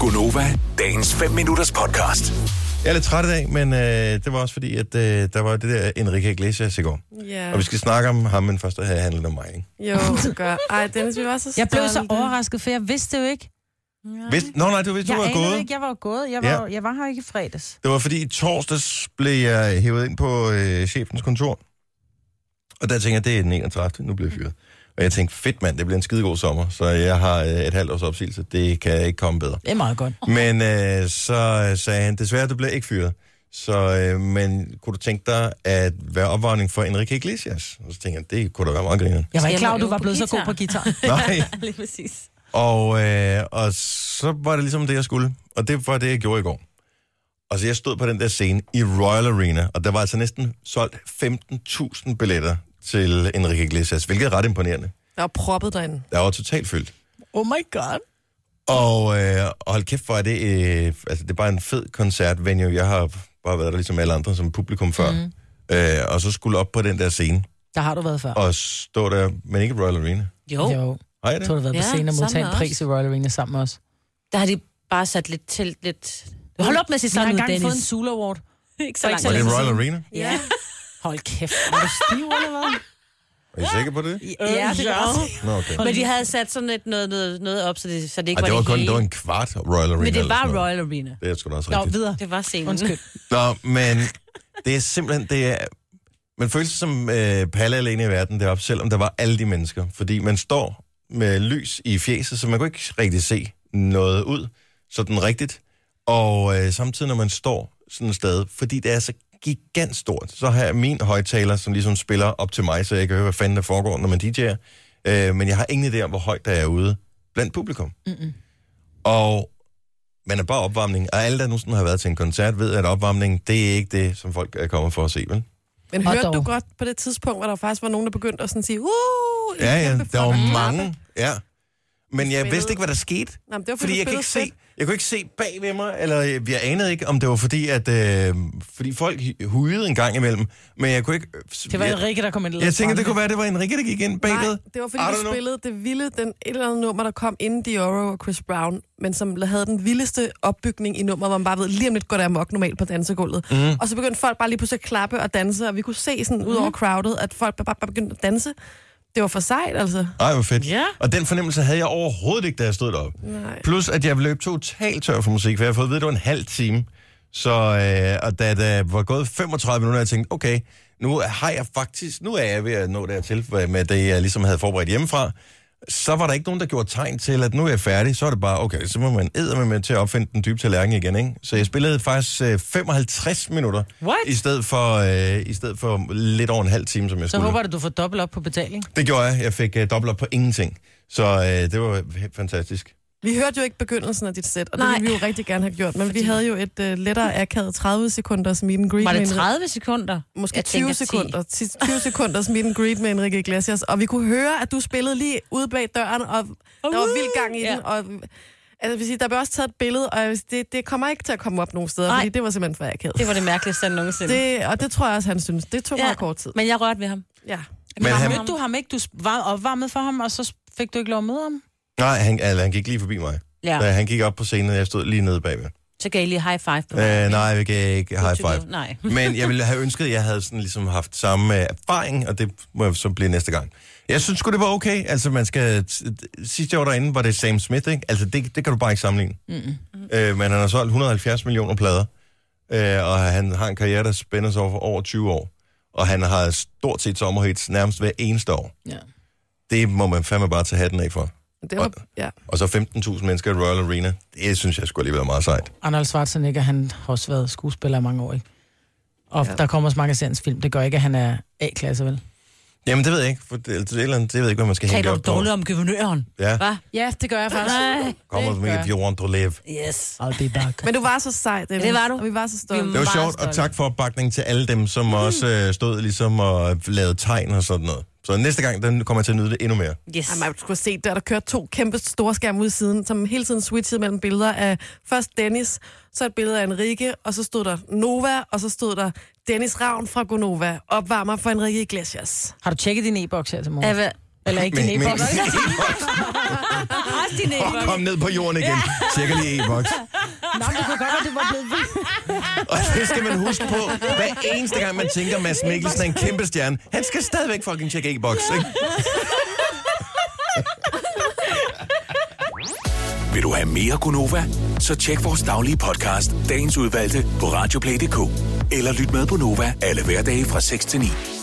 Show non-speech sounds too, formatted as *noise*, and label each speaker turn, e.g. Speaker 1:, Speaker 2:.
Speaker 1: Gunova, dagens 5 minutters podcast.
Speaker 2: Jeg er lidt træt i dag, men øh, det var også fordi, at øh, der var det der Enrique Iglesias i går.
Speaker 3: Ja.
Speaker 2: Og vi skal snakke om ham, men først skal det handle om mig. Ikke?
Speaker 3: Jo, det gør. Ej, Dennis, vi var så
Speaker 4: *laughs* Jeg blev så
Speaker 3: stolte.
Speaker 4: overrasket, for jeg vidste det jo ikke.
Speaker 2: Hvis, nå nej, du vidste, du
Speaker 4: jeg
Speaker 2: var
Speaker 4: anede
Speaker 2: gået.
Speaker 4: ikke, jeg var jo gået. Jeg var,
Speaker 2: Ja.
Speaker 4: ja. jeg var her ikke i fredags.
Speaker 2: Det var fordi, i torsdags blev jeg hævet ind på øh, chefens kontor. Og der tænkte jeg, det er den 31. Nu bliver jeg fyret. Og jeg tænkte, fedt mand, det bliver en skidegod sommer. Så jeg har øh, et halvt års opsigelse. Det kan ikke komme bedre.
Speaker 4: Det er meget godt.
Speaker 2: Men øh, så øh, sagde han, desværre, du bliver ikke fyret. Så, øh, men kunne du tænke dig at være opvarmning for Enrique Iglesias? Og så tænkte jeg, det kunne da være meget griner.
Speaker 4: Jeg var
Speaker 3: Skal
Speaker 4: ikke klar,
Speaker 3: jeg
Speaker 4: over, du
Speaker 3: øve
Speaker 4: var
Speaker 3: på
Speaker 4: blevet så god
Speaker 3: guitar?
Speaker 4: på guitar.
Speaker 2: Nej.
Speaker 3: Lige præcis.
Speaker 2: Og, øh, og så var det ligesom det, jeg skulle. Og det var det, jeg gjorde i går. Og så jeg stod på den der scene i Royal Arena, og der var altså næsten solgt 15.000 billetter til Enrique Iglesias, hvilket er ret imponerende.
Speaker 3: Der var proppet derinde.
Speaker 2: Der var totalt fyldt.
Speaker 4: oh my god.
Speaker 2: Og, øh, og hold kæft, hvor er det... Øh, altså, det er bare en fed koncertvenue. Jeg har bare været der ligesom alle andre som publikum før. Mm. Øh, og så skulle op på den der scene
Speaker 4: Der har du været før.
Speaker 2: og stå der, men ikke Royal Arena.
Speaker 5: Jo, jo.
Speaker 4: Jo.
Speaker 2: Har jeg
Speaker 4: Jeg tror,
Speaker 2: det?
Speaker 4: du har været på
Speaker 5: Ja,
Speaker 4: scenen og
Speaker 5: sammen
Speaker 4: modtaget
Speaker 5: med
Speaker 4: en
Speaker 5: os.
Speaker 4: pris i Royal Arena sammen med os.
Speaker 5: der har de bare sat lidt til lidt... Hold op med at sige sådan ud, Dennis.
Speaker 4: Sula Award.
Speaker 5: Ikke så
Speaker 4: Var
Speaker 5: langt.
Speaker 2: Var
Speaker 4: Så
Speaker 2: det
Speaker 4: længe
Speaker 2: Royal Arena?
Speaker 5: Ja.
Speaker 4: Hold kæft, var du stiv eller hvad?
Speaker 2: Er I sikker på det?
Speaker 5: ja, det var også.
Speaker 2: Nå, okay.
Speaker 5: Men de havde sat sådan et noget, noget, noget op, så det, så det ikke
Speaker 2: Ej, det
Speaker 5: var
Speaker 2: var
Speaker 5: det
Speaker 2: kun
Speaker 5: hele.
Speaker 2: det var en kvart Royal Arena.
Speaker 5: Men det
Speaker 2: eller
Speaker 5: var
Speaker 2: sådan noget.
Speaker 5: Royal Arena.
Speaker 2: Det er sgu da også
Speaker 4: Nå,
Speaker 2: rigtigt.
Speaker 4: videre.
Speaker 5: Det var scenen.
Speaker 4: Undskyld.
Speaker 2: Nå, men det er simpelthen, det er, man føler sig som øh, palle alene i verden deroppe, selvom der var alle de mennesker. Fordi man står med lys i fjeset, så man kunne ikke rigtig se noget ud sådan rigtigt. Og øh, samtidig, når man står sådan et sted, fordi det er så gigantstort, så har jeg min højtaler, som ligesom spiller op til mig, så jeg kan høre, hvad fanden der foregår, når man DJ'er. Øh, men jeg har ingen idé om, hvor højt der er ude blandt publikum. Mm-mm. Og man er bare opvarmning, og alle, der nu sådan har været til en koncert, ved, at opvarmning, det er ikke det, som folk er kommet for at se, vel?
Speaker 3: Men
Speaker 4: Og
Speaker 3: hørte
Speaker 4: dog.
Speaker 3: du godt på det tidspunkt, hvor der faktisk var nogen, der begyndte at sådan sige, uh, i
Speaker 2: Ja, ja,
Speaker 3: kæmpe
Speaker 2: der var
Speaker 3: flot.
Speaker 2: mange, ja. Men jeg vidste
Speaker 3: spillede.
Speaker 2: ikke, hvad der skete,
Speaker 3: Nej, men det var,
Speaker 2: fordi
Speaker 3: du
Speaker 2: jeg, kan ikke
Speaker 3: spillede
Speaker 2: se, jeg kunne ikke se bag ved mig, eller øh, jeg anede ikke, om det var fordi, at øh, fordi folk hujede en gang imellem, men jeg kunne ikke...
Speaker 4: Det var
Speaker 2: jeg,
Speaker 4: Enrique, der kom ind.
Speaker 2: jeg tænker, det kunne være, at det var Enrique, der gik ind
Speaker 3: fedt.
Speaker 2: bagved.
Speaker 3: Nej, det var
Speaker 2: I
Speaker 3: fordi,
Speaker 2: don't
Speaker 3: du
Speaker 2: know.
Speaker 3: spillede det vilde, den et eller andet nummer, der kom inden Dioro og Chris Brown, men som havde den vildeste opbygning i nummeret, hvor man bare ved, lige om lidt går der amok normalt på dansegulvet.
Speaker 2: Mhm.
Speaker 3: Mm. Og så begyndte folk bare lige pludselig at klappe og danse, og vi kunne se sådan ud
Speaker 4: Mhm.
Speaker 3: over crowdet, at folk bare, bare begyndte at danse. Det var for sejt, altså.
Speaker 2: Ej, hvor fedt.
Speaker 5: Ja.
Speaker 2: Og den fornemmelse havde jeg overhovedet ikke, da jeg stod deroppe.
Speaker 3: Nej.
Speaker 2: Plus, at jeg løb totalt tør for musik, for jeg havde fået at vide, at det var en halv time. Så øh, og da der var gået 35 minutter, jeg tænkte, okay, nu har jeg faktisk, nu er jeg ved at nå dertil for- med det, jeg ligesom havde forberedt hjemmefra. Så var der ikke nogen, der gjorde tegn til, at nu er jeg færdig. Så er det bare, okay, så må man æde med til at opfinde den dybe tallerken igen, ikke? Så jeg spillede faktisk øh, 55 minutter,
Speaker 4: What?
Speaker 2: i stedet, for, øh, i stedet for lidt over en halv time, som jeg
Speaker 4: Så
Speaker 2: skulle.
Speaker 4: håber jeg, at du får dobbelt op på betaling.
Speaker 2: Det gjorde jeg. Jeg fik øh, dobbelt op på ingenting. Så øh, det var helt fantastisk.
Speaker 3: Vi hørte jo ikke begyndelsen af dit sæt, og Nej.
Speaker 5: Nej.
Speaker 3: det ville vi jo rigtig gerne have gjort, men Fordi... vi havde jo et uh, lettere akavet 30 sekunders meet and greet.
Speaker 5: Var det
Speaker 3: med en-
Speaker 5: 30 sekunder?
Speaker 3: øh, Måske
Speaker 5: Jeg
Speaker 3: 20
Speaker 5: tænker 10.
Speaker 3: sekunder, 10, 20 sekunders meet and greet med Enrique Iglesias, og vi kunne høre, at du spillede lige ude bag døren, og der var vild gang i
Speaker 5: Ja.
Speaker 3: den, og altså, jeg vil sige, der blev også taget et billede, og jeg vil sige, det, det kommer ikke til at komme op nogen steder,
Speaker 5: Nej.
Speaker 3: fordi det var simpelthen for akavet.
Speaker 5: Det var det mærkeligste, han nogensinde.
Speaker 3: Det, og det tror jeg også, han synes. Det tog ja. meget kort tid.
Speaker 5: Men jeg rørte ved ham.
Speaker 3: Ja.
Speaker 2: Men
Speaker 4: Men
Speaker 2: han-
Speaker 4: han... mødte du ham ikke? Du var opvarmet for ham, og så fik du ikke lov at møde ham?
Speaker 2: Nej, han, altså, han gik lige forbi mig.
Speaker 5: Ja.
Speaker 2: Da han gik op på scenen, og jeg stod lige nede bagved.
Speaker 5: Så gav jeg lige high five på
Speaker 2: Øh, nej, jeg gav ikke high
Speaker 5: YouTube.
Speaker 2: five.
Speaker 5: Nej.
Speaker 2: Men jeg ville have ønsket, at jeg havde sådan ligesom haft samme øh, erfaring, og det må jeg så blive næste gang. Jeg synes sgu, det var okay. Altså, man skal... Sidste år derinde var det Sam Smith, ikke? Altså, det, det kan du bare ikke sammenligne. Mm-hmm. Øh, men han har solgt 170 millioner plader, øh, og han har en karriere, der spænder sig over, over 20 år. Og han har stort set sommerhits nærmest hver eneste år.
Speaker 4: Ja.
Speaker 2: Det må man fandme bare tage hatten af for.
Speaker 3: Det var, ja.
Speaker 2: Og så 15.000 mennesker i Royal Arena. Det synes jeg skulle alligevel er meget sejt.
Speaker 4: Arnold Schwarzenegger, han har også været skuespiller i mange år, ikke? Og ja. der kommer også mange af seriens film. Det gør ikke, at han er A-klasse, vel?
Speaker 2: Jamen, det ved jeg ikke. For det, det, er et eller andet, det ved jeg ikke, hvad man skal hænge
Speaker 5: Taler
Speaker 2: det
Speaker 5: du
Speaker 2: op på.
Speaker 5: dårligt om guvernøren?
Speaker 2: Ja,
Speaker 5: Hvad?
Speaker 4: Ja, det gør jeg faktisk.
Speaker 5: Nej.
Speaker 2: kommer du med, if you want to live.
Speaker 5: Yes.
Speaker 4: I'll be back.
Speaker 3: Men du var så sej, Dennis.
Speaker 5: Det var du.
Speaker 3: Og vi var så
Speaker 5: Vi
Speaker 3: stolte.
Speaker 2: Det var
Speaker 5: Meget
Speaker 2: sjovt, og
Speaker 5: stolt.
Speaker 2: tak for opbakningen til alle dem, som
Speaker 4: Mhm.
Speaker 2: også øh, stod ligesom og lavede tegn og sådan noget. Så næste gang, den kommer jeg til at nyde det endnu mere.
Speaker 5: Yes.
Speaker 3: Ej, man skulle have set der, der kørte to kæmpe store skærme ud i siden, som hele tiden switchede mellem billeder af først Dennis, så et billede af Enrique, og så stod der Nova, og så stod der Dennis Ravn fra Gonova, opvarmer for Enrique Iglesias.
Speaker 4: Har du tjekket din e-boks her til morgen?
Speaker 5: Ava,
Speaker 4: Eller ikke din
Speaker 2: Men- men- *laughs*
Speaker 4: e-boks.
Speaker 5: *laughs* Også din
Speaker 2: Og kom ned på jorden igen. Cirka lige e-boks.
Speaker 4: Nå, det kunne godt være, det var blevet vildt.
Speaker 2: *laughs* Og det skal man huske på. Hver eneste gang, man tænker, Mads Mikkelsen er en kæmpe stjerne, han skal stadigvæk fucking tjekke e-boks, ikke?
Speaker 1: Vil du have mere Gunova? Så tjek vores daglige podcast, dagens udvalgte, på radioplay.dk. Eller lyt med på Nova alle hverdage fra 6 til 9.